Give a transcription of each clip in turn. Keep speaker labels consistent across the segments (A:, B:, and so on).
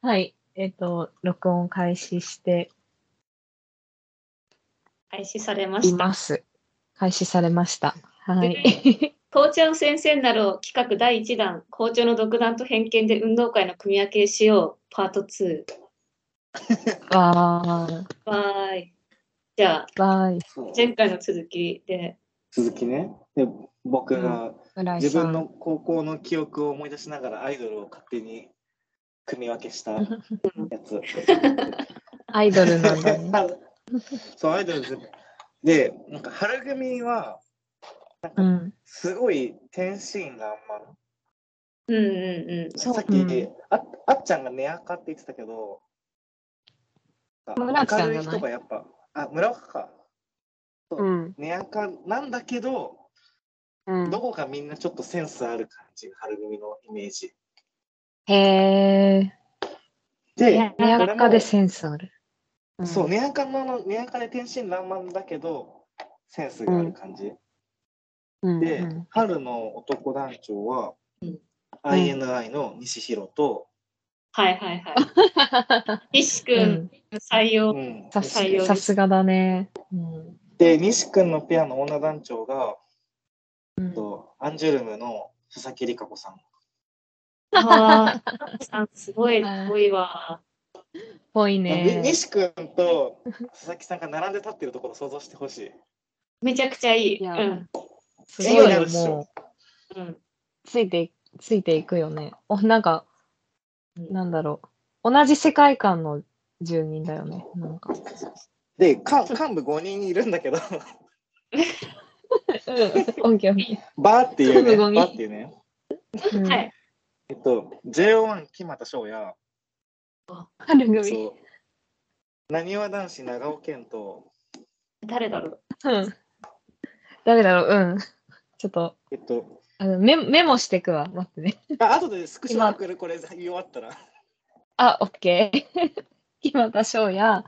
A: はい。えっ、と、録音開始して
B: 開始されま
A: い
B: した。
A: ます。開始されました。はい
B: で。校長先生になろう企画第1弾、校長の独断と偏見で運動会の組み分けしよう、パート2。
A: わーい。
B: わーい。じゃあ、
A: わーい。
C: そう
B: 前回の続きで、
C: 続きねで僕が
A: 村井
C: 自
A: さ
C: 分
A: ん。
C: の高校の記憶を思い出しながらアイドルを勝手に組み分けしたやつ
A: アイドルなんだ ね。
C: そうアイドルですでなんか春組は
A: うん。
C: すごい天心があんま
B: うんうんうん。そう
C: さっき、
A: うん
C: ああっちゃんが寝垢って言ってたけど
A: 村木さんじ
C: 明る
A: ゃ
C: い
A: な
C: 人
A: い
C: がやっぱあ村岡か
D: うん
C: 寝垢なんだけど
D: うん
C: どこかみんなちょっとセンスある感じ春組のイメージ
A: へ
C: で
A: ー。
C: 俺
A: や
C: も
A: っかでセンスある。
D: うん
C: そう、ネアカンの、ネアカで天真爛漫だけど、センスがある感じ。
D: うん
C: で、
A: うん
C: 春の男団長は、
B: うん
C: INI の西弘と、
B: はいはいはい。 西
A: う
B: 君、
A: ん。
B: 採用
C: う。ん
A: さ
B: 採用です
A: さすがだね。うん。
C: で、西君のペアの女団長が、
A: うん
C: とアンジュルムの佐々木里香子さん。
B: あーさんすごい
A: あー
B: 多いわ。
A: ぽい
C: に
A: ね。
C: 西君と佐々木さんが並んで立ってるところを想像してほしい。
B: めちゃくちゃいい。
D: いや
B: うん。
A: すごい
C: 絵になる
A: よ、
C: っしょ
A: もう。
B: うん。
A: ついて、ついていくよね。お、なんか、
B: うん
A: なんだろう。同じ世界観の住人だよね。なんか。
C: で、か幹部5人いるんだけど、
A: うん、オッケーオッケ
C: バーっていうね、
A: 幹部五
C: バ
A: 人
C: ーっていうね、
A: ー。うん
B: はい。
C: えっと、JO1 木俣翔也、
A: 春組。
C: そう。なにわ男子長尾健と、
B: 誰だろう。
A: うん。誰だろう、うん。ちょっと、
C: えっと、
A: あのメメモしてくわ。待ってね。
C: あ後でスクショ送るこれ言い終わったら。
A: あ、オッケー。今田翔也、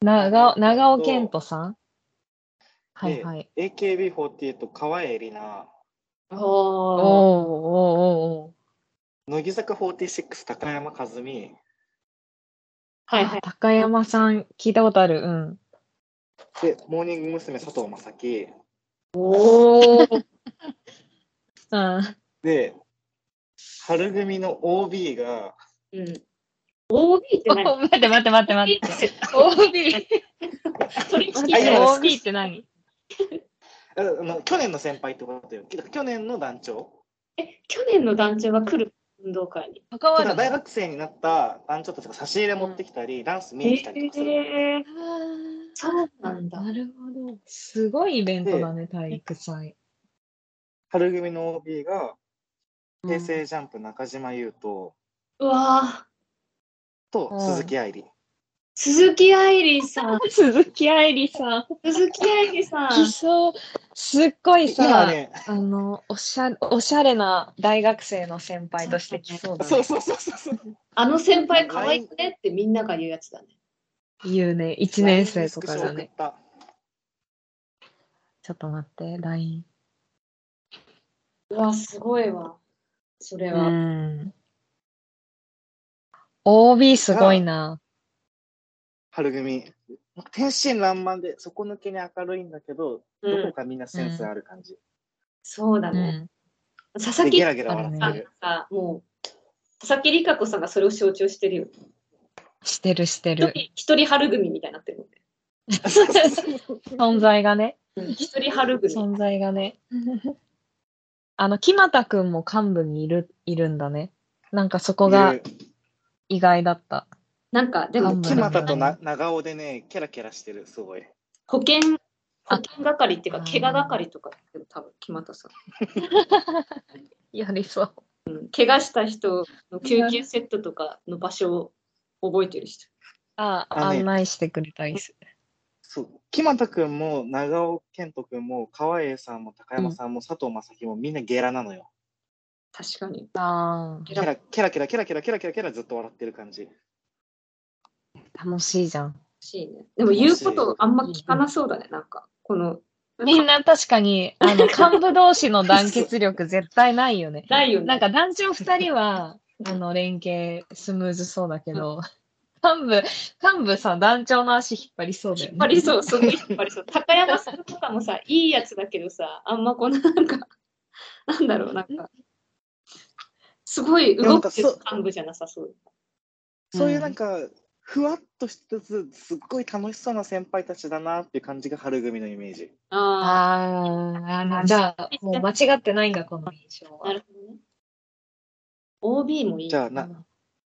A: 長尾長尾健人さん。はいはい。
C: AKB48 川栄里奈、
A: おー
B: おー。
A: おーおーおー
C: 乃木坂46高山和美、
B: はいはい。
A: 高山さん、聞いたことある。うん。
C: で、モーニング娘。佐藤正樹、
B: お
A: う
B: お。
A: ん。
C: で、春組の OB が、
B: うん。OB って何
A: 待って待って 待って待って。OB。
B: 取引
C: あいや
A: OB って何
C: ああの去年の先輩ってことだよ。去年の団長。
B: え、去年の団長が来る運動会に。
A: 関わ
C: た
A: る
C: だ
A: の
C: 大学生になった団長たちが差し入れ持ってきたり、ダンス見に来たりとかする。
B: え
A: あ
B: ー、
A: ー
B: そうなんだ。
A: なるほど。すごいイベントだね、体育祭。
C: 春組の OB が、
A: うん
C: 平成ジャンプ中島優斗
B: うわー
C: と
A: うん
C: 鈴木愛理。
B: 鈴木愛理 さん。
A: 鈴木愛理さん。
B: 鈴木愛理さん。
A: 来そう。すっごい
C: 今
A: さ、
C: ね、
A: あの、おしゃおしゃれな大学生の先輩として来そうだ
C: そう
A: ね。
C: そうそうそう。
B: あの先輩可愛くねってみんなが言うやつだね。
A: 言うね、1年生とかだね。。ちょっと待って、LINE。
B: うわ、すごいわ。それ
A: う
B: は。
A: ん。OB すごいな。
C: 春組。天真爛漫で底抜けに明るいんだけど、
B: う
C: どこ
B: ん。
C: かみんなセンスある感じ。
B: そうだ
A: う
B: ね。
A: ん。
B: 佐々
C: で、
B: 木
C: ゲ
B: さ
C: ラゲラ笑ってる。
B: んが、もう、佐々木里香子さんがそれを象徴してるよ。
A: してるして
B: 一
A: る。
B: 人、一人春組みたいになってるもんね。
A: 存在がね。
B: うん一人春組。
A: 存在がね。あの、木俣くんも幹部にいる、いるんだね。なんかそこが
C: で
A: 意外だった。
B: なんか、で
A: う
B: も
A: ん、
C: 木俣とな長尾でね、キャラキャラしてる、すごい。
B: 保険、
A: あ
B: 保険係っていう
A: う
B: か、
A: ん
B: 怪我係とかだけど、多分決まったさん。
A: やりそう。
B: 怪我した人の救急セットとかの場所を覚えてる人。
A: ああ、
C: あね
A: 案内してくれたりする。
C: そう木俣くんも長尾健人くんも川栄さんも高山さんも佐藤正樹もみんなゲラなのよ。
B: 確かに。
A: あ
B: ゲ
C: キャラキャラキャラキャラキャラキャラキャラキャラずっと笑ってる感じ。
A: あ、楽しいじゃん。
B: しいね。でも言うことあんま聞かなそうだね、なんか。この、
A: みんな確かに、 あの、幹部同士の団結力絶対ないよね。
B: ないよ ね。
A: なんか、団長二人は、あの連携スムーズそうだけど、幹部、幹部さ、団長の足引っ張りそうだよね。
B: 引っ張りそう、すごい引っ張りそう。高山さんとかもさ、いいやつだけどさ、あんまこのなんか、なんだろう、なんか、すごい動く
C: いやなんかそう
B: 幹部じゃなさそう。
C: そういうなんか、ふわっとしつつ、すっごい楽しそうな先輩たちだなっていう感じが春組のイメージ。
B: あ
A: あーあの、じゃあ、もう間違ってないんだ、この印象
B: あ、な
A: は。
B: るほどね。OB もいい。
C: じゃあな、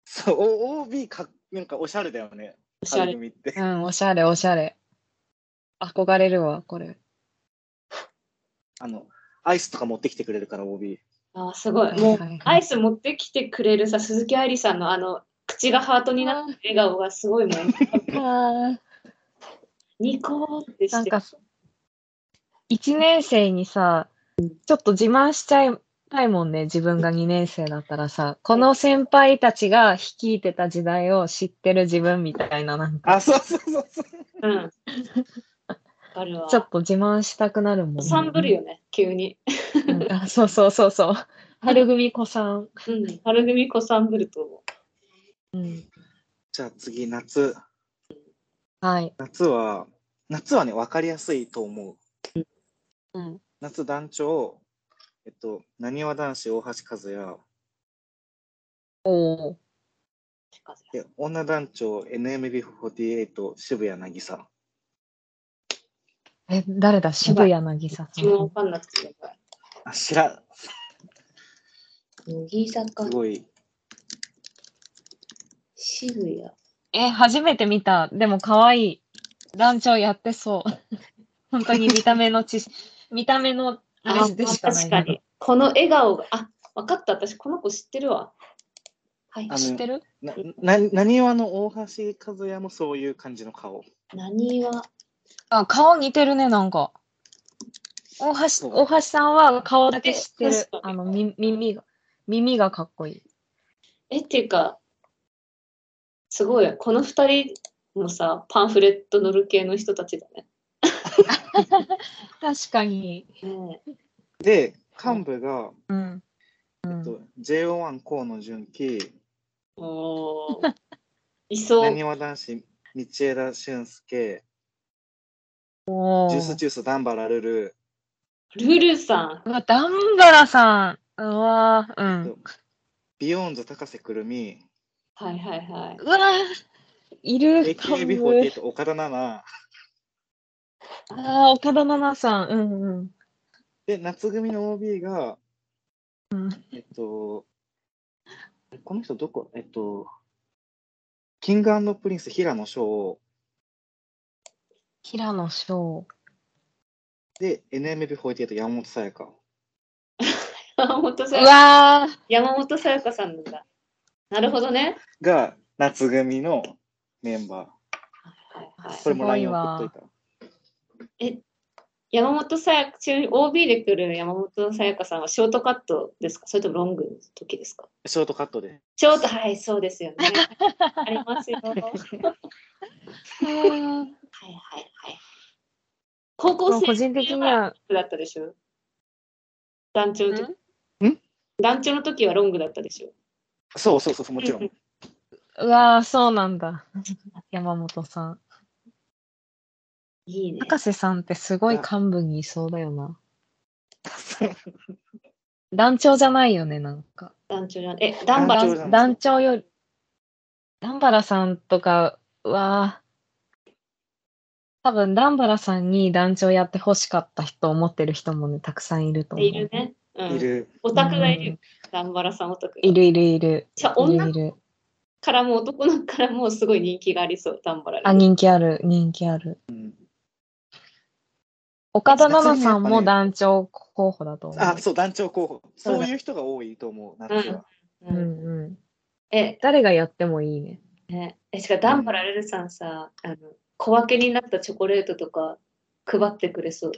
C: そう、お OB か、なんかおしゃれだよね。
B: おしゃ
C: 春
B: れ。
C: 組って
A: う。ん、おしゃれ、おしゃれ。憧れるわ、これ。
C: あの、アイスとか持ってきてくれるから OB。
B: あーすごい。
A: はい
B: もう
A: はいはい、
B: アイス持ってきてくれるさ、鈴木愛理さんのあの、口がハートになってる笑顔がすごいも ん。
A: あ
B: ニコーってして。
A: なんか、1年生にさ、ちょっと自慢しちゃいたいもんね、自分が2年生だったらさ、この先輩たちが率いてた時代を知ってる自分みたいな、なんか、
C: あ、そうそうそうそう。
B: うん。わかるわ。
A: ちょっと自慢したくなるもん、ね。
B: 散ぶるよね、急に。
A: うんあそうそうそうそう。春組子さん。
B: うん。春組子散ぶると思
A: う
B: う。
A: ん、
C: じゃあ次、夏。
A: はい。
C: 夏は、夏はね、わかりやすいと思う。
D: うん
C: 夏団長、えっと、なにわ男子大橋和也、
A: おお。
C: で女団長 NMB48 渋谷渚。
A: え、誰だ渋谷渚さん。
B: 自分わかんなくてやばい。
C: あ、知らん。
B: 乃木坂
C: す、ごい。
B: 渋谷。
A: え、初めて見た。でも可愛い。団長やってそう。 本当に見た目の 知識、見た目のあれでしかない
B: 確かに。この笑顔が、あ、わかった。私、この子知ってるわ。はい。
C: あの
A: 知ってる
C: な、な、なにわの大橋和也もそういう感じの顔。
B: 何は、
A: あ、顔似てるね、なんか。大橋、大橋さんは顔だけ知ってる
B: 確か。に
A: あの、み耳が、耳がかっこいい。
B: え、っていうか、すごい。この二人もさ、パンフレット乗る系の人たちだね。
A: 確かに。
B: ねえ
C: で、幹部が、
A: うん。うん
C: えっと、JO1 河野純喜、
B: おーい
C: な
B: そう
C: に。わ男子道枝俊介、
A: お
C: ジュース
A: ー
C: ジュースダンバラルル、
B: ルルさ
A: うわ、ダンバラさん。うわーうん。
C: ビヨーンズ高瀬くるみ、
B: ん。はいはいは
A: うわーいる。幹部
C: AKB48 岡田奈々、
A: ああ、岡田奈々さん。うんうん。
C: で、夏組の OB が、
A: うん
C: えっと、この人どこ、えっと、キングプリンス平野翔
A: 平野翔。
C: で、NMB48 山本さやか。
B: い。山本
A: う
B: さやか
A: わー
B: 山本さやかさんなんだ。なるほどね。
C: が夏組のメンバ
B: はいはい
C: ー。これ
A: すご
C: も
A: い
C: LINE
A: わ
C: 送っといた。
B: え、山本さや、ちなみに OB で来る山本さやかさんはショートカットですかそれともロングの時ですか
C: ショートカットで。
B: ショート、はい、そうですよね。ありますよ。はいはい
A: あー。
B: はい。高
A: も
B: 校
A: う
B: 生
A: 個人的には、
B: だったでしょ団長の時
C: んん
B: 団長の時はロングだったでしょ
C: そうそうそうそう、もちろん。
A: うわーそうなんだ。 山本さん。
B: いいね。
A: 高瀬さんってすごい幹部にいそうだよな。団長じゃないよね、なんか。
B: 団長じゃん。え、
C: 団
B: 団
C: 長
B: バラ
C: じゃん
B: さ
A: 団
B: ん
A: 団長より、ダンバラさんとかは、多分ダンバラさんに団長やってほしかった人、思ってる人もね、たくさんいると
B: っ
A: 思
B: て
A: う。
B: いるね。う
C: い
B: ん。
C: る。
B: オタクがいる
A: う
B: よ
A: ん。
B: ダンバラさんオタクが。
A: いるいるいる。
B: じゃあ
A: いる
B: 女
A: いる。
B: からも男の子からもすごい人気がありそう、ダンバラに
A: あ、人気ある、人気ある。
C: うん
A: 岡田奈々さんも団長候補だと思う。
C: あ、そう、団長候補。
A: そう
C: そ
A: だ
C: ういう人が多いと思う、夏は。
B: う
A: うんんうん。
B: え、
A: 誰がやってもいいね。
B: ね、え、しかもダンバラルルさんさ、あの、小分けになったチョコレートとか配ってくれそう。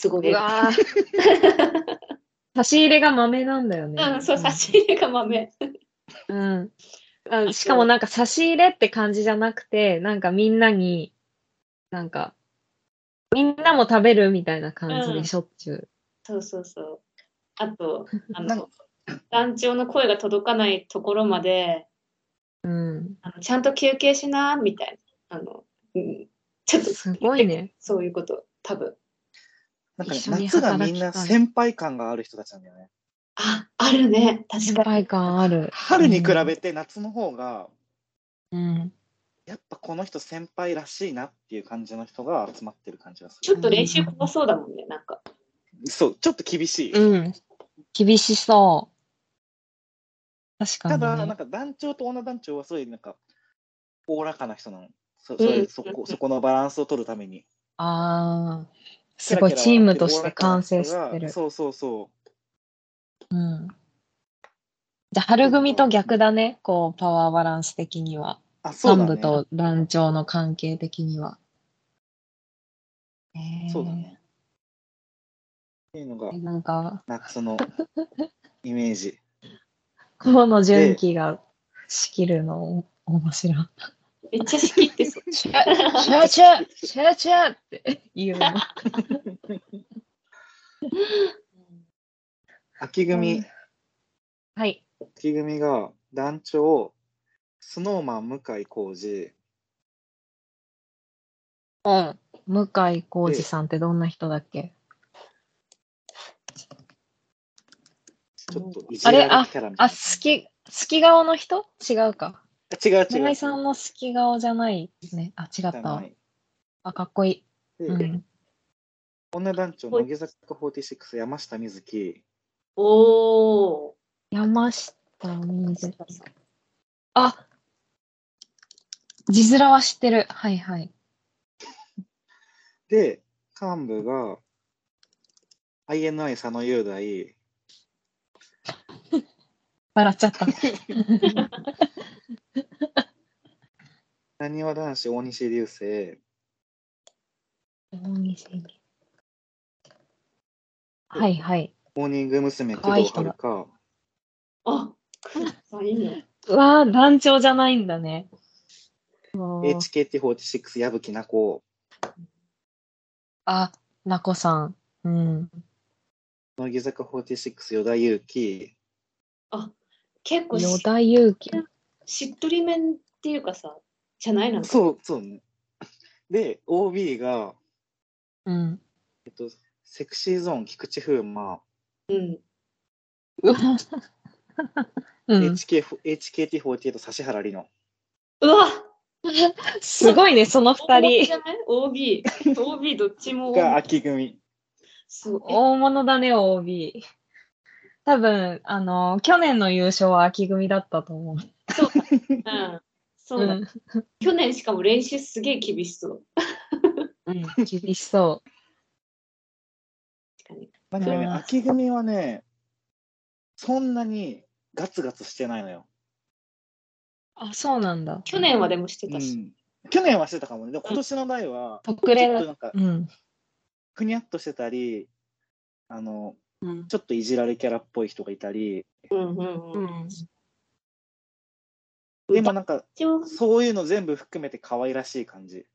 B: すごい。
A: うわー 差し入れが豆なんだよね。
B: うん、そう、差し入れが豆。
A: うん。あしかもなんか差し入れって感じじゃなくて、なんかみんなに、なんか、みんなも食べるみたいな感じ
B: う
A: で
B: ん
A: しょっちゅう。
B: そうそうそう。あと、あ
C: なん
B: の、団長の声が届かないところまで、
A: うん。
B: あのちゃんと休憩しな、みたいな。あの、うん、ちょっと、
A: すごいね。
B: そういうこと、多分。
C: なんか、ね
A: 一、緒に
C: 夏がみんな
A: 働きたい
C: 先輩感がある人たちなんだよね。
B: あ、あるね。確
A: 先
B: かに。
A: 輩感ある。
C: 春に比べて夏の方が、
A: うん。
C: やっぱこの人先輩らしいなっていう感じの人が集まってる感じがす
B: ち
C: る。
B: ょっと練習怖そうだもんね、なんか。
C: そう、ちょっと厳しい。
A: うん。厳しそう。確か
C: た
A: に、
C: だ、な
A: ね
C: ん。か団長と女団長はそういうなんか、おおらかな人なの。そ
B: うん
C: それそこそこのバランスを取るために。
A: ああ。すごい、チームとして完成してる。
C: そうそうそ
A: うん。じゃあ、春組と逆だね。こう、パワーバランス的には。
C: う。あ、そうだ
A: 幹
C: ね。
A: 部と団長の関係的には。えー
C: そうだね。っていうのが
A: え、なんか、
C: 夏のイメージ。
A: 河野純喜が仕切るの面白い。
B: めっちゃ仕切ってそう。
A: チャチャチャチャチャって言う の。
C: 秋組、
A: はい。
C: 秋組が団長、スノーマン向井浩二、
A: うん。向井浩二さんってどんな人だっけ
C: ちょっといじられるキャラみたい
A: あ、好き、好き顔の人違うか。
C: な。違う違う。
A: 村井さんの好き顔じゃないね。あ、違っ
C: じゃ
A: たわ
C: ない。
A: あ、かっこいい。
C: で
A: うん。
C: 女団長、乃木坂46、山下美月、
B: おー。
A: 山下美月さん。あ字面は知ってる。はいはい。
C: で、幹部が INI 佐野雄大、
A: 笑っちゃ った。
C: なにわ男子大西流星、
A: 大西にはいはい。
C: モーニング娘。
A: 可愛
C: 工
A: い
C: 藤
A: 人だ
C: 遥香、
B: あ、くんさんいいね。
A: うわー、団長じゃないんだね。もう
C: HKT46 矢吹奈子、
A: あ、なこさん。うん。
C: 乃木坂46与田祐希、
B: 結構
A: 与
B: し
A: 田祐希。
B: しっとりめんっていうかさ、じゃないなの。
C: そう、そうね。で、OB が
A: うん。
C: セクシーゾーン菊池風磨、
B: うん。
A: うん、
C: HK HKT48 指原莉乃。
B: うわ
A: すごいね、その二
B: OB じ
A: 人。
B: ゃない ?OB。OB どっちも
C: が秋組。
B: そう。え
A: 大物だね、OB。多分、あの、去年の優勝は秋組だったと思う。
B: そうだ。うん。そうだ。
A: ん。
B: 去年しかも練習すげえ厳しそう。
A: うん、厳しそ
B: 確かに。
C: なんかね、
A: あー
C: 秋組はね、そんなにガツガツしてないのよ。
A: う。あ、そうなんだ。
B: 去年はでもして
C: う
B: たし。
C: ん、去年はしてたかもね。でも今年の代は、
A: 特例
C: ちょっ
A: だ
C: と。なんか、
A: うん。
C: ふにゃっとしてたり、あの、
D: うん
C: ちょっといじられキャラっぽい人がいたり、
B: うんうん
D: う
B: うん。
D: ん
C: でもなんか、
B: 一応、
C: そういうの全部含めて可愛らしい感じ。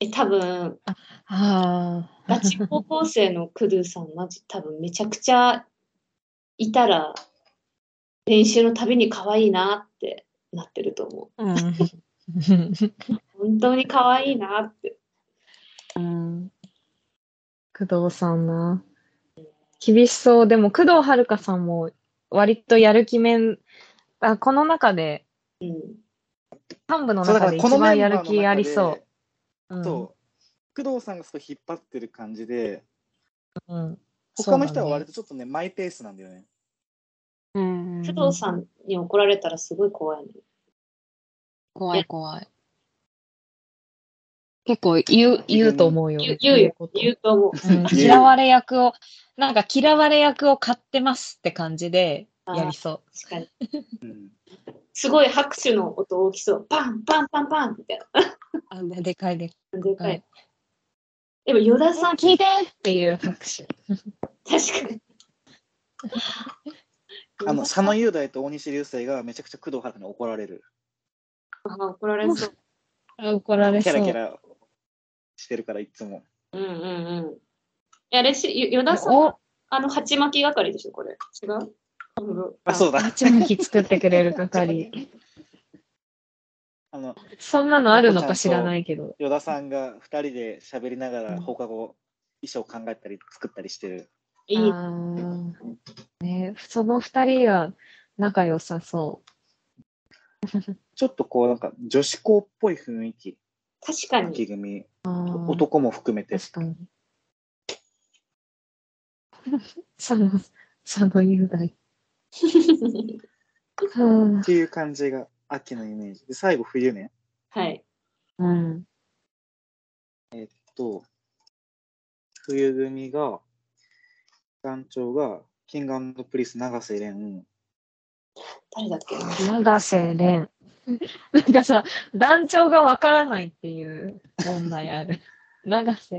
B: え、多分、
A: ああ。
B: ガチ高校生のクドゥさん、マジ多分めちゃくちゃいたら、練習のたびに可愛いなってなってると思
A: うん。
B: う。本当に可愛いなって。
D: うん
A: 工藤さんな。厳しそう。でも、工藤遥さんも割とやる気面、あこの中で、
B: うん。
A: 幹部の
C: そうだ
A: 中
C: から
A: で
C: こ
A: 一
C: のメ
A: 番
C: ン
A: や
C: バーの
A: る
C: 中で
A: 気ありそうん。
C: そう。工藤さんがすごい引っ張ってる感じで、
A: うん。
C: 他の人は割
A: と。
C: とちょっとね、マイペースなんだよね。
D: うん
B: 工藤さんに怒られたらすごい怖いね。
D: 怖い怖い
A: 結構言う、言うと思うよ。
B: 言う言うよ
A: こ。と
B: 言うと思う。
A: うん
C: 言う
A: 嫌われ役を、なんか嫌われ役を買ってますって感じでやりそ
B: 確かに。
C: うん、
B: すごい拍手の音大きそう。パンパンパンパンみたいな。
A: う。あででかいでか
B: でか
A: はい
B: い。でも、与田さん、
A: い。聞いてっていう拍手。
B: 確かに。
C: あの佐野雄大と大西流星がめちゃくちゃ工藤遥に怒られる。
B: あ怒られそう。
A: 怒られ
C: キ
A: そう。
C: ャラキャラしてるから、いつも。
B: うんうんうん。いや、あれし、よ与田さん、
A: お
B: あの、鉢巻き係でしょ、これ。違う
C: あ、そうだ。
A: ちまき作ってくれる係。
C: あの、
A: そんなのあるのか知らないけど。
C: 依田さんが二人で喋りなが
A: う
C: ら
A: ん
C: 放課後、衣装考えたり作ったりしてる。
B: いい
A: あーね、その二人が仲良さそ
C: ちょっとこう、なんか女子校っぽい雰囲気。
B: 確か
C: 秋
B: に。
C: 組、
A: う。あー
C: 男も含めて。
A: 確かに。その、その雄大。うん
C: っていう感じが秋のイメージ。で、最後冬ね。
B: はい。
D: うん。
C: と、冬組が、団長が、キングプリンス永瀬廉、
B: 誰だっけな
A: 永瀬廉。なんかさ、団長がわからないっていう問題ある。永瀬。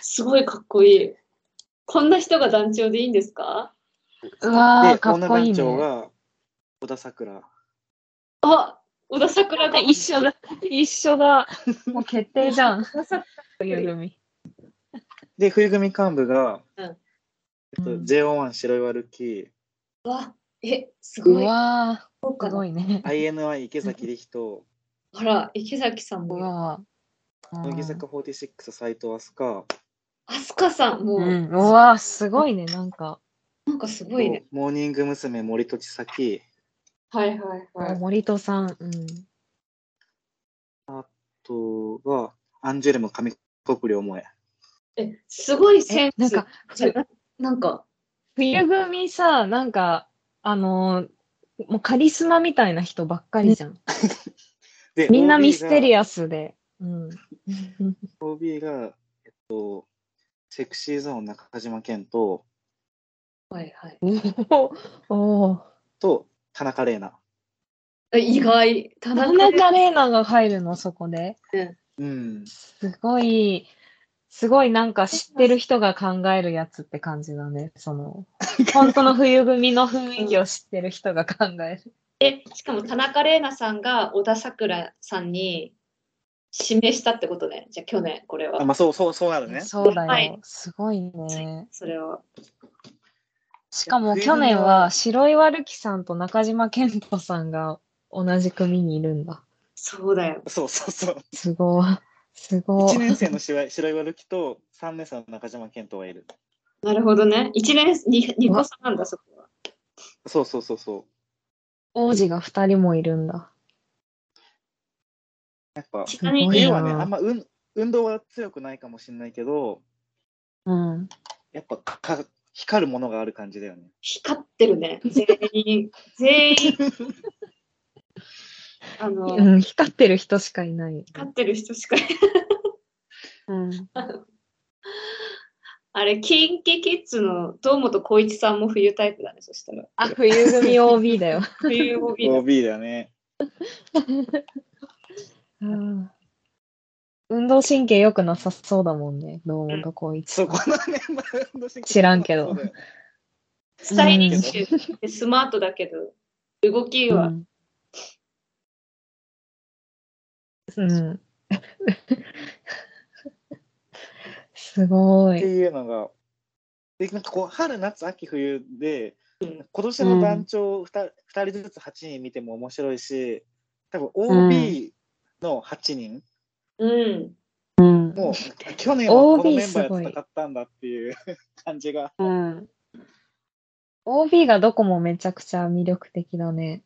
B: すごいかっこいい。こんな人が団長でいいんですか
A: うわー、
C: で、
A: かっ
C: 女
A: こいい
C: 団
A: ね。
C: 長が小田さくら。
B: あ小田桜が
A: 一緒だ、一緒だ。もう決定じゃん。冬組。
C: で、冬組幹部が、
B: うん
C: えっと、
A: うん
C: JO1 白岩瑠希、
B: え、す
D: う
B: ごい。
D: わ
B: そうか
A: すごいね。
C: INI 池崎理人、
B: あら、池崎さん
D: ー。う
B: も。
D: わ
C: 乃木
A: う
C: 坂46斎藤飛鳥、
B: 飛鳥さんも、
A: ん、うわー、すごいね、なんか。
B: なんかすごいね。
C: モーニング娘。森戸千咲、
B: はいはいはい。
A: 森戸さん。うん。
C: あとはアンジュレム上国良萌え。
B: え、すごいセ
A: え
B: ンス。
A: なんか、
B: じゃ、なんか、
A: 冬組さ、なんか、あのーもうカリスマみたいな人ばっかりじゃん。
C: で
A: みんなミステ
C: ア。
A: リアスで。うん。
C: OB が、えっと、セクシーゾーン中島健人
B: はいはい。
A: おお
C: と田中玲奈。
B: え意外。
A: 田
B: 田中
A: 中玲奈が入るの、そこで。
C: うん。
A: すごい、すごいなんか知ってる人が考えるやつって感じだね。その、本当の冬組の雰囲気を知ってる人が考える。
B: え、しかも田中玲奈さんが小田さくらさんに指名したってことね。じゃあ去年、これ
C: あ、
B: は。
C: まあそうそうそうなるね。
A: そうだよ、
B: はい
A: すごいね。
B: それは。
A: しかも去年は白岩瑠希さんと中島健人さんが同じ組にいるんだ。
B: そうだよ。
C: そうそうそう。
A: すごい。すごい
C: 1。年生の白 白岩瑠希と3年生の中島健人がいる。
B: なるほどね。1年、2, 二個差なんだ、そこは。
C: そうそうそうそう。
A: 王子が2人もいるんだ。
C: やっぱ
B: ちなみ
A: すごい
B: に、
C: 冬
A: な
C: はね、あんま運運動は強くないかもしれないけど、
A: うん。
C: やっぱか光るものがある感じだよね。
B: 光ってるね。全 員。全員。あの、
A: うん、光ってる人しかいない。
B: 光ってる人しかいない。
D: うん。
B: あれ、キンキキッズの堂本光一さんも冬タイプだね、そしたら。
A: あ、冬組 OB だよ。
B: 冬を見る
C: OB だよね。
A: うん運動神経良くなさそうだもんね、どうもとこういつ
C: そこのね、まあ運動神経
A: 知らんけど
C: そうだよね
B: スタイリッシュでスマートだけど、動きは
A: うん。すご
C: って
A: い。
C: いうのが、でなんかこう春、夏、秋、冬で、今年の団長 2,、二人ずつ8人見ても面白いし、多分 OB の8人、
B: うん。
D: うん。
C: もう 去年はこの
A: OB
C: メンバー
A: すごい
C: で戦ったんだっていう 感じが、
D: うん。
A: OB がどこもめちゃくちゃ魅力的だね。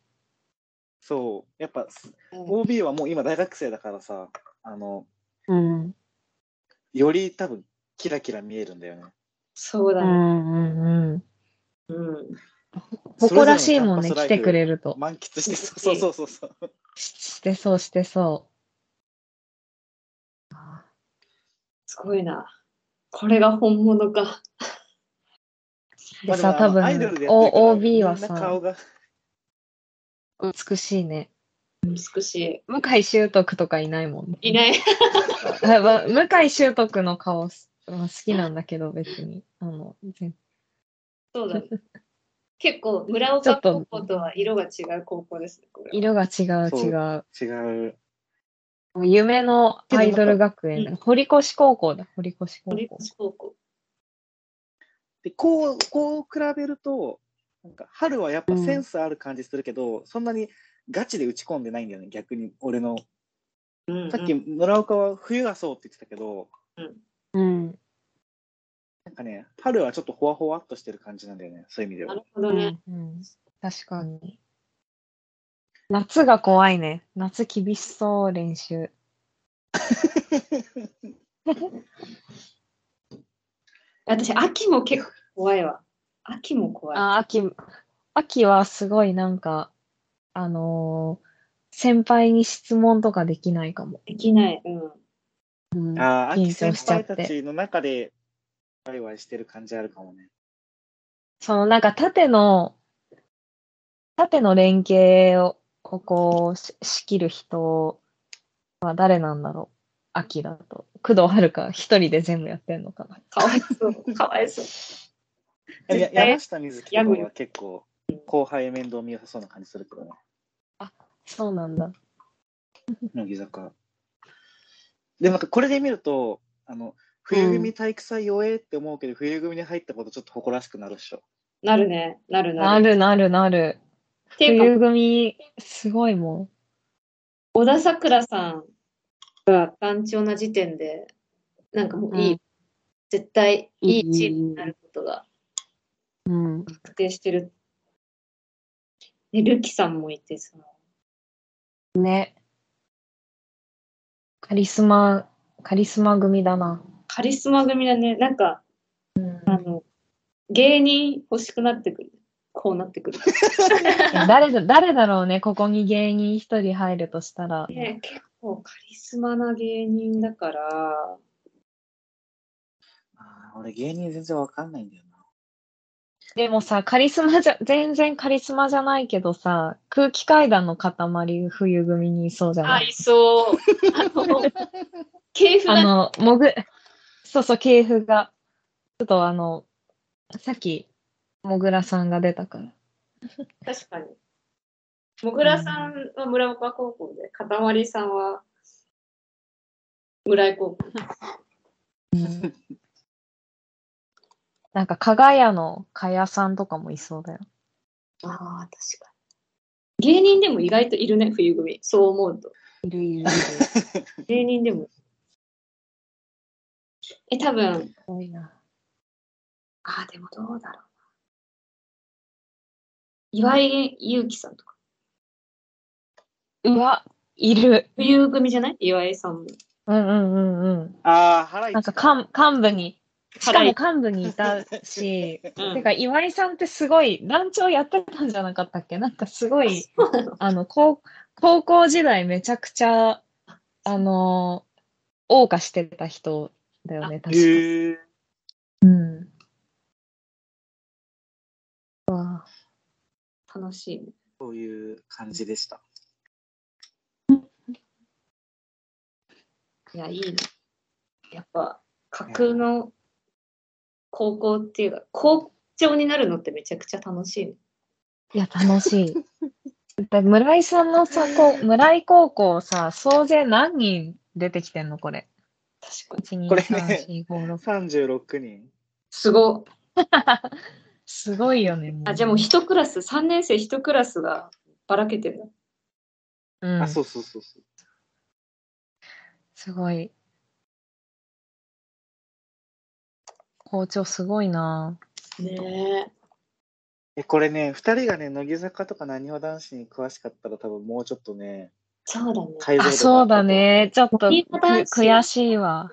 C: そう、やっぱ OB はもう今大学生だからさ、あの
D: うん。
C: より多分キラキラ見えるんだよね。
B: そう
A: う
B: だね。
A: んうんうん。
B: うん。
A: 誇らしいもんね、
C: それぞれのキャンパスラ
A: 来
C: イフ
A: てくれると。
C: 満喫して、そうそうそうそう。
A: ししてそう、してそ
B: すごいな。これが本物か。
A: う。でさ、
C: ま
A: 多
C: あも
A: 分
C: アイドルでやってるから
A: O- OB は
C: みんな顔
A: さ、
C: が
A: 美しいね。
B: 美し
A: 向井修徳とかいないもんね。
B: い。いない。
A: あわ向井修徳の顔すは好きなんだけど、別に。あの、全
B: そうだね。結構、村
A: ちょ
B: 岡
A: っと
B: 高校とは色が違う高校ですね、これは。
A: 色が違う
C: そう
A: 違う。
C: 違う。
A: もう夢のアイドル学園
B: けど
A: だ。堀越高校だ、堀越高
B: 堀
A: 校。
B: 越高校。
C: で、こう、こう比べると、なんか春はやっぱセンスある感じするけど、そんなにガチで打ち込んでないんだよね逆に俺の
B: うん
C: さっき村岡は冬がそうって言ってたけど、
D: うん。
C: なんかね春はちょっとほわほわっとしてる感じなんだよねそういう意味で
B: な
C: は
B: るほどね。
A: うん、確かに。夏が怖いね。夏厳しそう、練習。
B: 私、秋も結構怖いわ。秋も怖い。
A: あ、秋、秋はすごいなんか、あのー先輩に質問とかできないかも。
B: できない。うん。
D: うん。
C: ああー秋
A: 緊張
C: 先
A: しちゃっ
C: 輩
A: て
C: たちの中でワイワイしてる感じあるかもね
A: そのなんか縦の、縦の連携を、をこう、し仕切る人は誰なんだろう。秋だと。工藤遥一人で全部やってんのかな。
B: かわ いそう。かわいそう。
C: いや
B: 絶対
C: 山下美月とかは結構後輩面倒見よさそうな感じするけどね
A: そうなんだ。
C: 乃木坂でもなんかこれで見るとあの冬組体育祭弱えって思うけど、冬組に入ったことちょっと誇らしくなるっしょ
B: なるね。なるな
A: な
B: る。
A: るなるなる。
B: っていうか、
A: 冬組、すごいもん。
B: 小田さくらさんが団長な時点で、なんかもういい。
D: うん
B: 絶対い
D: い
B: い
D: い
B: チームになることが
D: うん。
B: 確定してる。で、ルキさんもいてさ。
A: ね。カリスマ、カリスマ組だな。
B: カリスマ組だね。なんか、あの、芸人欲しくなってくる。こうなって くる。
A: いや誰だ、誰だろうね、ここに芸人一人入るとしたら。
B: ね、結構カリスマな芸人だから、
C: あー俺芸人全然わかんないんだよな
A: でもさ、カリスマじゃ、全然カリスマじゃないけどさ、空気階段の塊、冬組にいそうじゃ
B: あ、
A: ない
B: いそう。あ の、系譜
A: あ
B: が、
A: の、もぐ、そうそう、系譜が。ちょっとあの、さっき、もぐらさんが出たから。
B: 確かに。もぐらさんは村岡高校で、かたまりさんは村井高校。
A: なんか、かがやのかやさんとかもいそうだよ。
B: ああ、確かに。芸人でも意外といるね、冬組。そう思うと。
D: いるいるいる。
B: 芸人でも。え、多分、
A: 多いな。
B: ああ、でもどうだろうな。岩井勇気さんとか。
A: うわ、いる。
B: 冬組じゃない岩井さんも。
A: うんうんうんうん。
C: あー腹い
A: なんか幹幹部に、しかも幹部にいたし、
B: うん
A: てか岩井さんってすごい、団長やってたんじゃなかったっけなんかすごい、あの、高高校時代めちゃくちゃ、あのー、謳歌してた人だよね、確か。
C: へえ
A: うん。うわ
B: 楽しいね。
C: そういう感じでした
B: いや、いいね。やっぱ、架空の高校っていうか、校長になるのってめちゃくちゃ楽しいね。
A: いや、楽しい。だ村井さんのさ、こう、村井高校さ、総勢何人出てきてんのこれ。
B: 確か
A: 1、2、
B: に。
C: これね
A: 3、4、5、6。
C: 36人
B: すごっ。
A: すごいよね。
B: あ、じゃあもう一クラス、3年生一クラスがばらけてるの。
A: うん
C: あそうそうそうそう
A: すごい。校長すごいな
B: ね
C: えこれね2人がね乃木坂とかなにわ男子に詳しかったら多分もうちょっとね
B: そうだね。
C: 解像
A: あ、
C: 度が
A: そうだね。ちょっと
B: 新
A: く
B: 潟男子
A: 悔しいわ。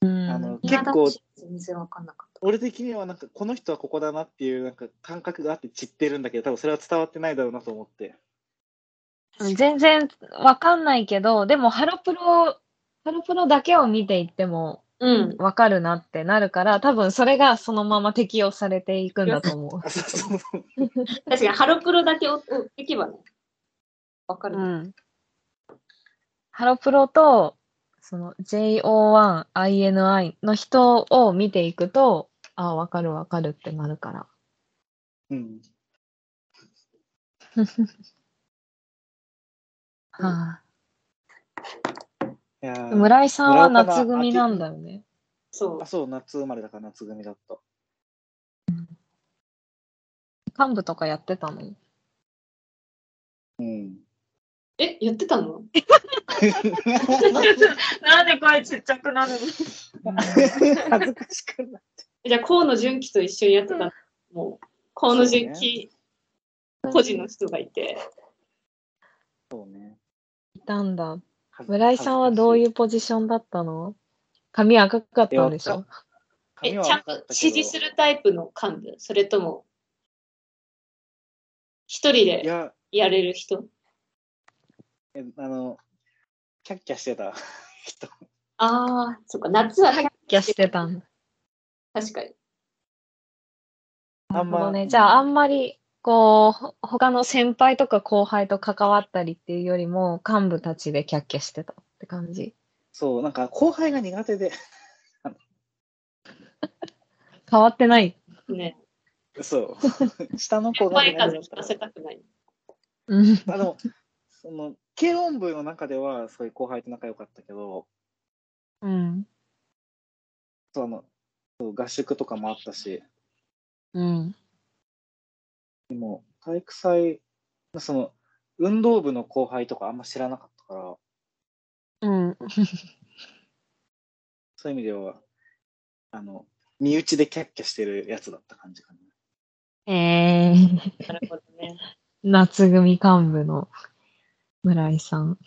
A: うん。
C: あの
B: 今
C: 結構
B: 全然わかんなかった。
C: 俺的にはなんかこの人はここだなっていうなんか感覚があって散ってるんだけど多分それは伝わってないだろうなと 思って
A: 全然わかんないけど、でもハロプロ、ハロプロだけを見ていっても
B: うん。
A: わかるなってなるから、多分それがそのまま適用されていくんだと思う。
C: あそうそう
B: 確かに、ハロプロだけ追っていけばね。わかる。
D: うん。
A: ハロプロと、その JO1INI の人を見ていくと、あ、わかるわかるってなるから。
C: うん
A: はい
C: や
A: あ
C: ー
A: 村井さんは
C: 村岡が
A: 夏組なんだよね。
B: そう
C: あ。そう夏生まれだから夏組だった
A: 幹部とかやってたの
C: うん。
B: え、やってたの
A: なんで声ちっちゃくなる
C: 恥ずかしくない。
B: じゃあ、河野純喜と一緒にやってたの。もう、河野純喜、個人の人がいて。
C: そうね。
A: いたんだ。
C: 恥ず
A: 村井さんはどういうポジションだったの髪赤かったんでし
C: いや
A: ょ
C: 恥
B: え、
C: ず
B: ち
C: かしい
B: ゃんと指示するタイプの幹部それとも、一人
C: い
B: で
C: や、
B: やれる人
C: えあの、キャッキャしてた。
B: ああ、そっか、夏は
A: キャしてたんだ。
B: 確かに。
C: あん
A: なる
C: ま
A: ほどね。じゃあ、あんまり、こう、ほ他の先輩とか後輩と関わったりっていうよりも、幹部たちでキャッキャしてたって感じ。
C: そう、なんか後輩が苦手で。
A: 変わってない。
B: ね、
C: そう。下の子が
B: 前
C: 苦
B: か
C: 手
B: ら
C: だっ
B: 聞
C: た
B: かせたくない。
A: うん。
C: あの、その、軽音部の中では、そういう後輩と仲良かったけど、
A: うん。
C: そうあのそう合宿とかもあったし、
A: うん。
C: でも、体育祭、その、運動部の後輩とかあんま知らなかったから、
D: うん。
C: そういう意味では、あの、身内でキャッキャしてるやつだった感じかな。
A: えー、
B: なるほどね。
A: 夏組幹部の村井さん。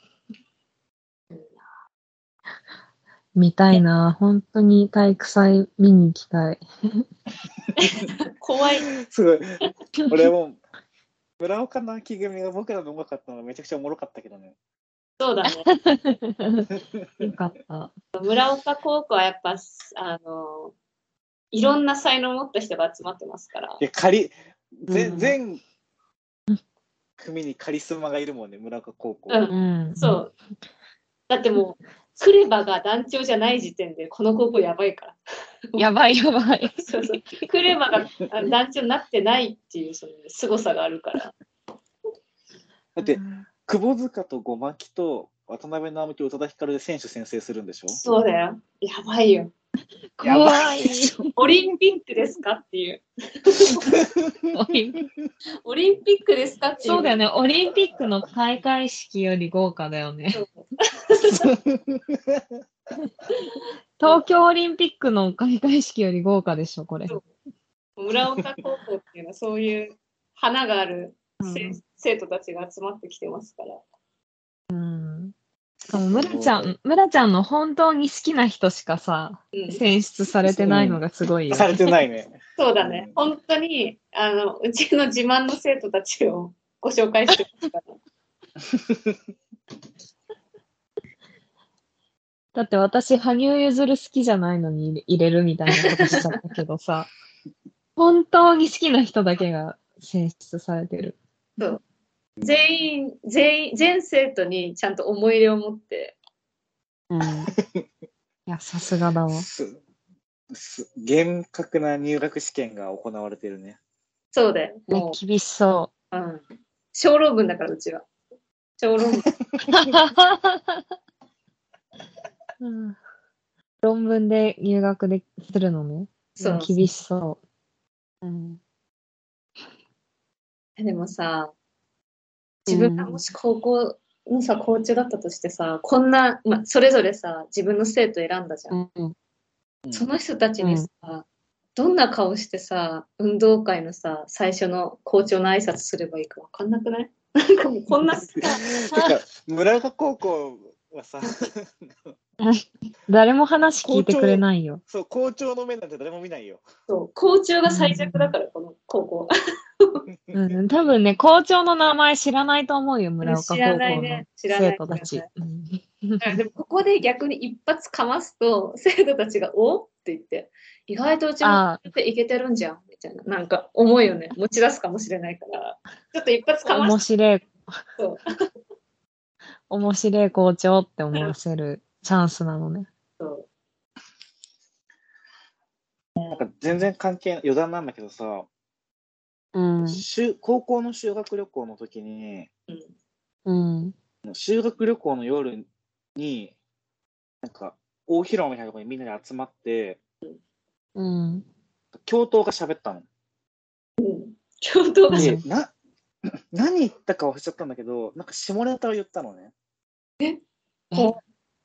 A: 見たいな。本当に体育祭見に行きたい。
B: 怖い。
C: すごい。俺も、村岡の秋組が僕らの上手かったのめちゃくちゃおもろかったけどね。
B: そうだね。
A: よかった。
B: 村岡高校はやっぱ、あの、いろんな才能を持った人が集まってますから
C: い。や、仮、ぜ
D: うん
C: 全組にカリスマがいるもんね、村岡高校。
B: うん
A: うん。
B: そう。だってもう、クレバが団長じゃない時点で、この高校やばいから。
A: やばいやばい。
B: そうそうクレバがあ団長になってないっていう、その凄さがあるから。
C: だって、窪塚と五牧と渡辺直美と宇多田ヒカルで選手宣誓するんでしょ
B: そうだよ。やばいよ。
C: やば
A: 怖い。
B: オリンピックですかっていう。オリンピックですかっていう。
A: そうだよね。オリンピックの開会式より豪華だよね。
B: そう
A: 東京オリンピックの開会式より豪華でしょ、これ。
B: 村岡高校っていうのは、そういう花があるせ、生徒たちが集まってきてますから。
A: うん。しかも、村ちゃん、村ちゃんの本当に好きな人しかさ、
B: うん、
A: 選出されてないのがすごいよ。
C: されてないね。
B: そうだね。本当に、あの、うちの自慢の生徒たちを ご紹介してますから。
A: だって私、羽生結弦好きじゃないのに入れるみたいなことしちゃったけどさ、本当に好きな人だけが選出されてる。
B: 全員、全員、全生徒にちゃんと思い入れを持って、
D: うん。
A: いや、さすがだわ。
C: すす厳格な入学試験が行われて るね。
B: そうだよ。
A: ね
B: も、、
A: 厳しそう
B: うん。小論文だから、うちは。小論文。
A: う。論文で入学でするのね。
B: そう。
A: 厳しそ
D: うん。
B: でもさ、自分がもし高校のさ、校長だったとしてさ、こんな、まあ、それぞれさ、自分の生徒選んだじゃん。
D: うん。
B: その人たちにさ、どんな顔してさ、運動会のさ、最初の校長の挨拶すればいいかわかんなくない なんかもうこんなさ、
C: てか村岡高校はさ
A: う。誰も話聞いてくれないよ。
C: そう校長の目なんて誰も見ないよ。
B: そう校長が最弱だから、この高校。
A: うん、多分ね、校長の名前知らないと思うよ、村岡高校
B: 知ら
A: の
B: ないね知らない
A: 生徒た
B: 知
A: ち
B: ら。
A: うん
B: うんでもここで逆に一発かますと 生徒たちが「おっ?」って言って意外とうちも
A: あ
B: っていけてるんじゃんみたいななんか思うよね持ち出すかもしれないからちょっと一発
A: あ、
B: かま
A: 面
B: す
A: 白い
B: そう。
A: 面白い校長って思わせるチャンスなのね。
B: と
C: なんか全然関係ない余談なんだけどさ、
D: うん。
C: 修高校の修学旅行の時に
D: うん。
C: 修学旅行の夜になんか大広間みたいなところにみんなで集まって
D: うん。
C: 教頭が喋ったの。
B: 共同合
C: で
B: 宿。
D: うん
C: な 何言ったか忘れちゃったんだけどなんか下ネタを言ったのね
B: こ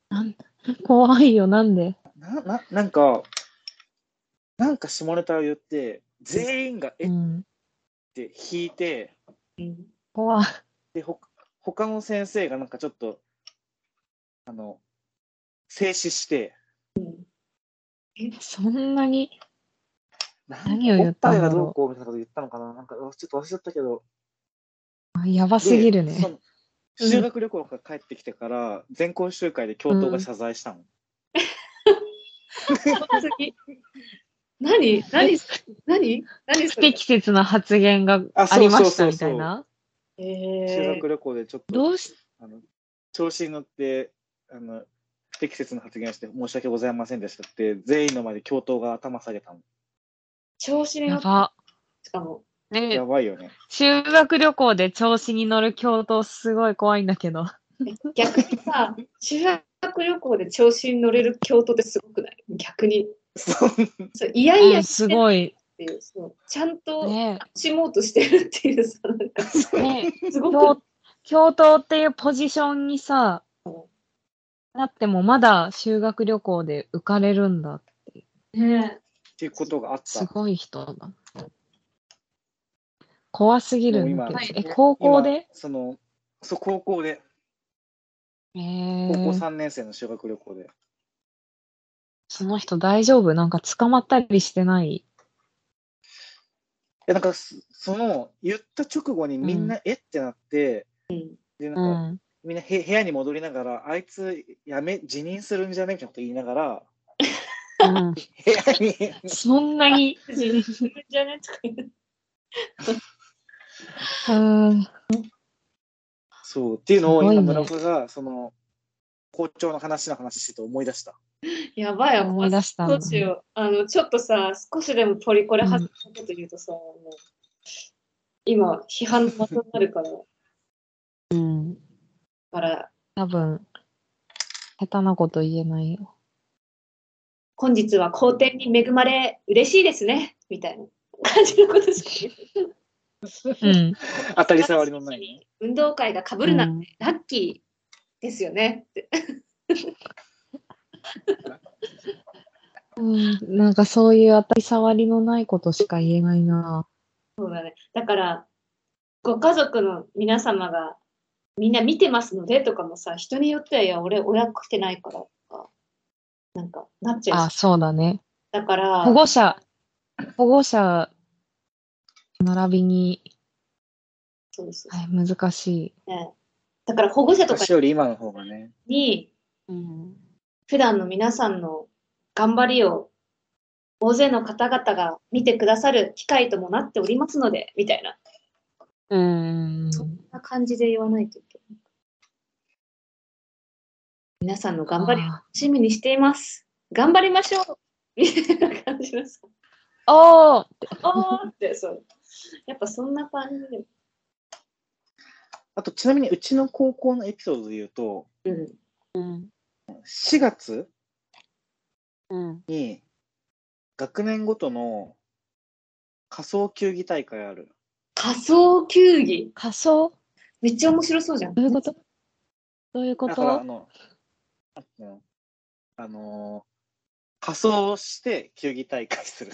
D: なん 怖いよ、なんで
C: なななんかなんか下ネタを言って全員がえ
D: う
C: っ
D: ん。
C: て引いて
B: ううん
D: 怖い。
C: でほ他の先生がなんかちょっとあの静止して
D: そんなに。
C: なん
D: 何を言ったんだろう
C: おっぱいがどうこうみたいなこと言ったのかななんかちょっと忘れちゃったけど
D: あやばすぎる
C: でそ
D: ね。
C: の修学旅行から帰ってきてから全校集会で教頭が謝罪したの、
B: 怖すぎ何何何何
A: 不
B: それ
A: 適切な発言がありましたみたいな。
C: 修
B: え
C: 学旅行でちょっと
A: どうし、
C: あの調子に乗ってあの不適切な発言をして申し訳ございませんでしたって全員の前で教頭が頭下げたの
B: 調子に乗
A: や
B: って
A: ば。
B: しかも
A: ね
C: やばいよね
A: 修学旅行で調子に乗る教頭すごい怖いんだけど。
B: 逆に さ修学旅行で調子に乗れる教頭ってすごくない逆に
C: そう
B: そういや
A: う
B: い
A: ん
B: や
A: す
B: いっ
A: ごい。
B: ていうそうちゃんと
A: ね
B: しもうとしてるっていうさなんか
A: ね
B: すごく
A: 教教頭っていうポジションにさ、なってもまだ修学旅行で浮かれるんだ。
B: ね
C: っていうことがあっ
A: す
C: た
A: ごい人だ。怖すぎるんだけど
C: もう。
A: え、高校
C: 今
A: で
C: そのそう高校で
A: え
C: 高校
A: ー、
C: 3年生の修学旅行で、
A: その人大丈夫なんか捕まったりしてない
C: えなんかそその言った直後にみんな、えってなって、で
D: う
C: なんか、
D: ん。
C: みんなへ部屋に戻りながらあいつやめ辞任するんじゃねみたいなこと言いながら
D: うん
C: 部屋に
A: そんなに。
B: じゃねとか言って
A: うん。
C: そうっていうのを
A: すごいね
C: 今村岡がその校長の話の話してて思い出した
B: やばいよ
A: 思い出したんだ
B: どうしようあのちょっとさ少しでもポリコレ
A: うん
B: 外したこと言うとさ、もう今批判の的になるから
D: うん。
B: から
A: 多分、下手なこと言えないよ。
B: 本日は好天に恵まれ嬉しいですねみたいな感じのことしか言え
A: うん。
C: 当たり障りのな
B: ない
C: ね
B: い運動会がかぶるなんてラッキーですよねって
A: うん、なんかそういう当たり障りのないことしか言えないな。
B: だから、ご家族の皆様がみんな見てますのでとかもさ、人によっては、いや、俺、親食ってないからとか、なんか、なっちゃ
A: あ、
B: うし。
A: そうだね。
B: だから、
A: 保護者、保護者、並びに、
B: そうそう
A: はい、難しい。
B: ね、だから保護者とか
C: 昔より今の方がね
B: に、
D: うん。
B: 普段の皆さんの頑張りを、大勢の方々が見てくださる機会ともなっておりますので、みたいな
D: うん。
B: そんな感じで言わないといけない。皆さんの頑張りを楽しみにしています。頑張りましょうみたいな感じのさ。
A: おー
B: おーって、そう。やっぱそんな感じで。
C: あとちなみにうちの高校のエピソードで言うと
B: うん。
D: うん。
C: 4月
D: うん。
C: に学年ごとの仮想球技大会ある
B: 仮想球技。
A: 仮想
B: めっちゃ面白そうじゃん。
A: どういうことどういうこ
C: だからあ
A: と
C: のうんあのー仮装して球技大会する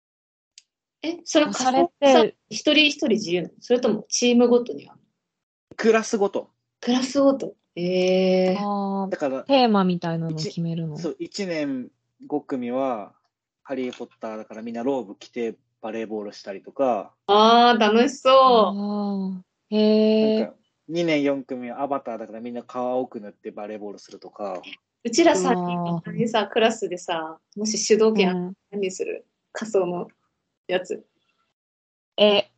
B: え、それ仮
A: それっ
B: 想さ
A: て、
B: 一人一人自由なのそれともチームごとには
C: クラスごと
B: クラスごと。えー。
A: あー
C: だから
A: テーマみたいなの決めるの。
C: そう1年5組は「ハリー・ポッター」だからみんなローブ着てバレーボールしたりとか
B: あー、楽しそう。
A: あー
C: な
A: へ
C: ん
A: え。
C: か2年4組は「アバター」だからみんな顔青く塗ってバレーボールするとか
B: うちら
D: あ
B: さ、
D: ー
B: 一緒にさ、クラスでさ、もし主導
D: う
B: 権あっ
D: ん
B: 何する仮想のやつ。
A: え、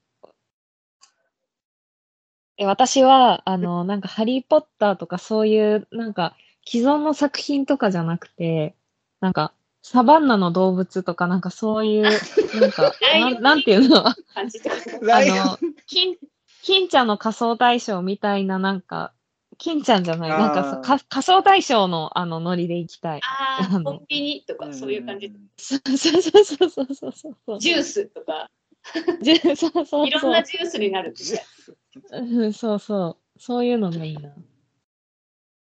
A: え、私は、あの、なんか、ハリー・ポッターとかそういう、なんか、既存の作品とかじゃなくて、なんか、サバンナの動物とか、なんかそういう、なん か、なん、なんていうのあ
B: 感 じとか。
C: ライオン
A: の、金、金ちゃんの仮装大賞みたいな、なんか、金ちゃんじゃない、なんか
C: あー
A: さ、か仮装大賞の、あの、ノリで行きたい。
B: あ
A: あ
B: あ、
A: の
B: コンビニとかそういう感じ
C: ん。
A: そうそうそうそうそうそうそう。
B: ジュースとか、
A: じゅそうそうそう。
B: いろんなジュースになるみたいな。
A: うんそうそう。そういうのがいいな。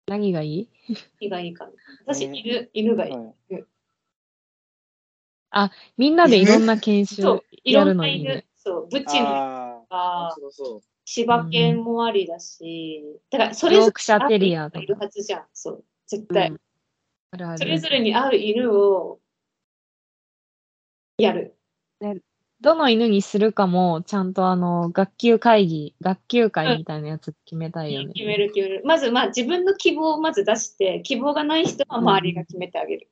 A: 何がいい
B: 犬がいいかな。私、
C: ね
B: 犬、犬がいい。
C: はい
A: みんなでいろんな研修
B: そう、い
A: や
B: ろ
A: る
B: ん
A: の
B: ない
A: いね
B: 犬。。そう、ブチの
C: ああ、
B: か、
C: そうそう。
B: 柴犬もありだし、だからそれ
A: ヨ
B: ぞ
A: ークシャ
B: れ
A: テリア
B: 合う
A: と
B: 犬がいる
A: か。
B: はずじゃん。そう、絶
D: う
B: 対。
D: ん
A: あるあ
B: それ
A: る
B: ぞれに合う犬をやる。
A: どの犬にするかも、ちゃんとあの、学級会議、学級会みたいなやつ決めたいよね。
B: 決める決める。まず、まあ、自分の希望をまず出して、希望がない人は周りが決めてあげる。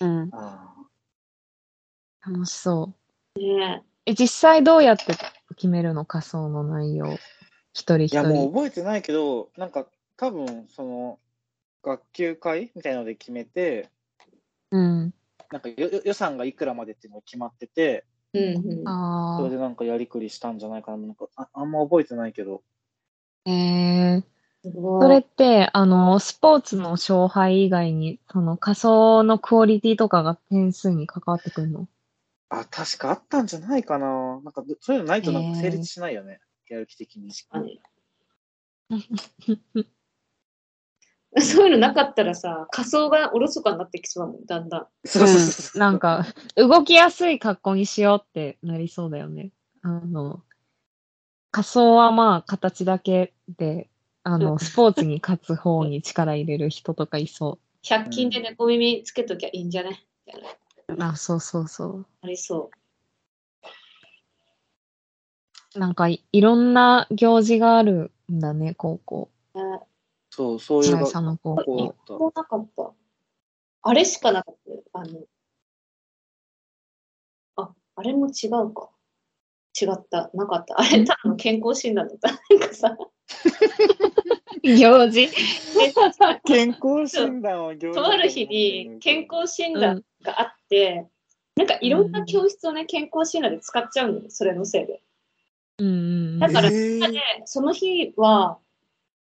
D: うん
C: あー
A: 楽しそう。
B: ね
A: え、実際どうやって決めるの仮想の内容。一人一
C: いや、もう
A: 人。
C: 覚えてないけど、なんか多分、その、学級会みたいので決めて、
A: うん。
C: なんかよよ予算がいくらまでっていうのが決まってて、
B: えうんうん。
A: あ
C: それでなんかやりくりしたんじゃないかな。なんかああんま覚えてないけど。
A: あ。えー、
B: すごい
A: それって、あの、スポーツの勝敗以外に、その仮想のクオリティとかが点数に関わってくるの
C: あ、確かあったんじゃないかな。なんかどそういうのないとなん
A: へ
C: か
A: ー
C: 成立しないよね。やる気的に。
B: あ のそういうのなかったらさ、仮装がおろそかになってきそうだもん、だんだん。
C: そうそうそう。
A: なんか、動きやすい格好にしようってなりそうだよね。あの、仮想はまあ、形だけで、あ
B: う
A: の、スポーツに勝つ方に力入れる人とかいそ。
B: 100均で猫耳つけときゃいいんじゃないう
A: あ、そうそうそ。
B: ありそう
A: なんかい、いろんな行事があるんだね、高校。
B: う。ね
C: そう、そういう
A: 白井
C: 学
A: さんの高校。
C: 校だっ
B: もうなかった。あれしかなかった。あの、あ、あれも違うか。違った。なかった。あれ、ただの健康診断だった。 なんかさ、
A: 行事
C: た。健康診断を行事
B: とある日に健康診断があって、なんかいろんな教室をね、健康診断で使っちゃうのよ、それのせいで。
A: うんうんうん。
B: だから
C: えー
B: で、その日は、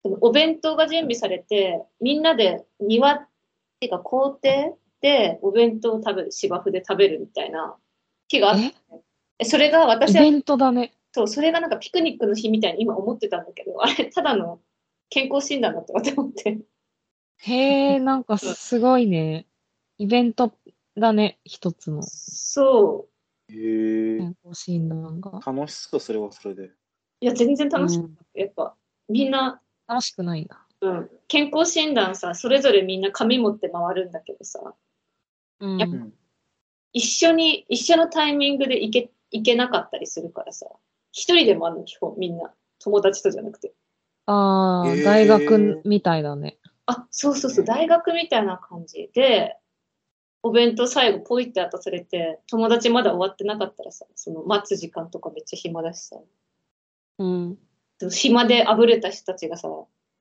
B: そのお弁当が準備されて、みんなで庭っていうか校庭でお弁当を食べる、芝生で食べるみたいな日があって、えそれが
A: イ
B: 私は
A: ベントだね。
B: そう、それがなんかピクニックの日みたいに今思ってたんだけど、あれ、ただの健康診断だったわって思って。
A: へえ、なんかすごいね。イベントだね、一つの
B: そ
C: へー
A: 健康診断が。
C: 楽しそう、それはそれで。
B: う。いや、全然楽し
D: う
B: く
D: ん
B: やっぱ、みんな、
A: 楽しくないな。
B: うん、健康診断さ、それぞれみんな紙持って回るんだけどさ、
D: うん
B: やっ一緒に、一緒のタイミングで行け、行けなかったりするからさ、一人でもあるの、基本、みんな。友達とじゃなくて。
A: ああ、
C: へー
A: 大学みたいだね。
B: あ、そうそうそうう、
C: ん
B: 大学みたいな感じで、お弁当最後ポイって渡されて、友達まだ終わってなかったらさ、その待つ時間とかめっちゃ暇だしさ、
D: うん
B: 暇であぶれた人たちがさ、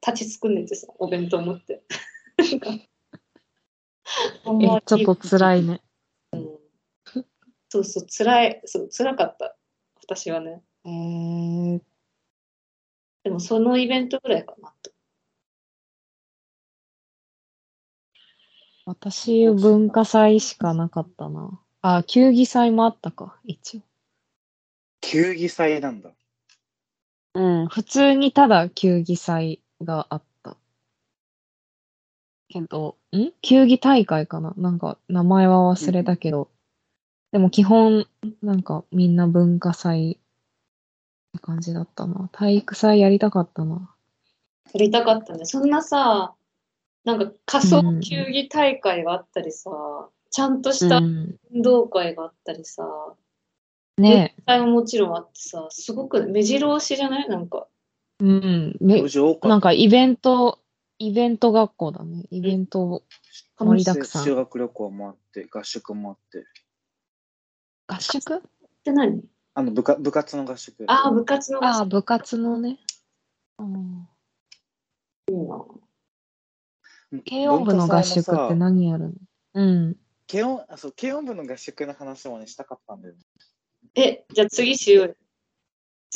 B: 立ちすくんでてさ、お弁当持 って。なん
A: え
B: か、
A: ちょっと辛いね。
B: そうそう、辛い、そう、辛かった。私はね。
A: えー、
B: でもそのイベントぐらいかなと。
A: 私、文化祭しかなかったな。あ、球技祭もあったか、一応。
C: 球技祭なんだ。
D: うん
A: 普通にただ球技祭があった。
D: けど
A: ん球技大会かななんか、名前は忘れたけど。でも基本、なんか、みんな文化祭って感じだったな。体育祭やりたかったな。
B: やりたかったね。そんなさ、なんか仮想球技大会があったりさ、ちゃんとした
A: うん。
B: 運動会があったりさ、
A: ね
B: 大会ももちろんあってさ、すごく目白押しじゃないなんか。
A: え。うん。め
C: 教授多か
A: な
C: っ
A: んかイベント、イベント学校だね。イベント
C: た。
A: 盛りだくさん
C: 修学旅行もあって、合宿もあって。
A: 合宿
B: って何
C: あの部活部活の合宿。
B: ああ、部活の合
A: ああ、
B: 宿
A: 部活のね。うん
B: いいな。
A: 軽音部の合宿って
C: 文化祭もさ
A: 何やるのうん。
C: 軽音あそう軽音部の合宿の話もねしたかったんだよね。
B: え、じゃあ次しようよ。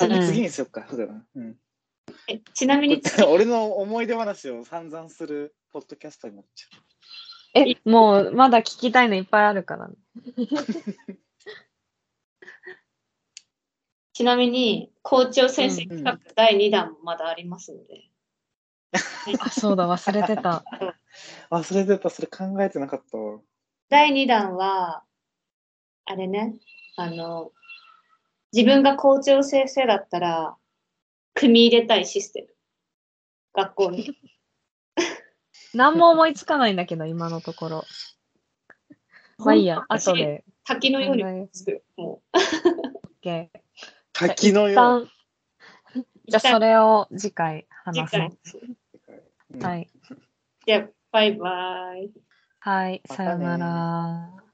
C: あ
D: うん
C: 次にしよっか。そうだな。うん。
B: えちなみに、
C: 俺の思い出話を散々するポッドキャストになっちゃ
A: え、もうまだ聞きたいのいっぱいあるからね。
B: ちなみに、校長先生企画第2弾もまだありますので。
A: あ、そうだ、忘れてた。
C: 忘れてた、それ考えてなかったわ。
B: 第2弾は、あれね、あの、自分が校長先生だったら、組み入れたいシステム。学校に。
A: 何も思いつかないんだけど、今のところ。まあいいや、
B: 本当
A: 後で。
B: 滝のように
A: 考えよ
B: 作る。も
A: う OK
C: 滝の
A: 一
C: よう
A: 旦、じゃあそれを次回
B: う、
A: 話そう。
C: に。
A: はい。
B: じゃあ、バイバイ。
A: はい、
C: ま
A: さ
C: たね
A: よなら。